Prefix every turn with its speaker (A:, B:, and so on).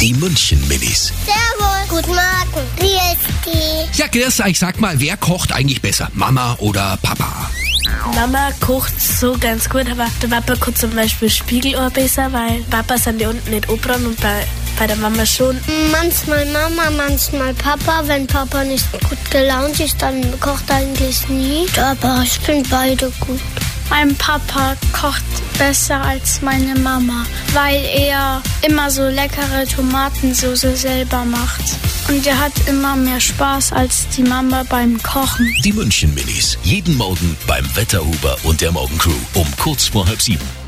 A: Die München Minis.
B: Servus. Guten Morgen. Wie ist die?
A: Ja, Chris, ich sag mal, wer kocht eigentlich besser? Mama oder Papa?
C: Mama kocht so ganz gut, aber der Papa kocht zum Beispiel Spiegelohr besser, weil Papa sind die unten nicht oberen und bei, bei der Mama schon.
B: Manchmal Mama, manchmal Papa. Wenn Papa nicht gut gelaunt ist, dann kocht eigentlich nie. Aber ich bin beide gut.
D: Mein Papa kocht besser als meine Mama, weil er immer so leckere Tomatensoße selber macht. Und er hat immer mehr Spaß als die Mama beim Kochen.
A: Die München Minis. Jeden Morgen beim Wetterhuber und der Morgencrew um kurz vor halb sieben.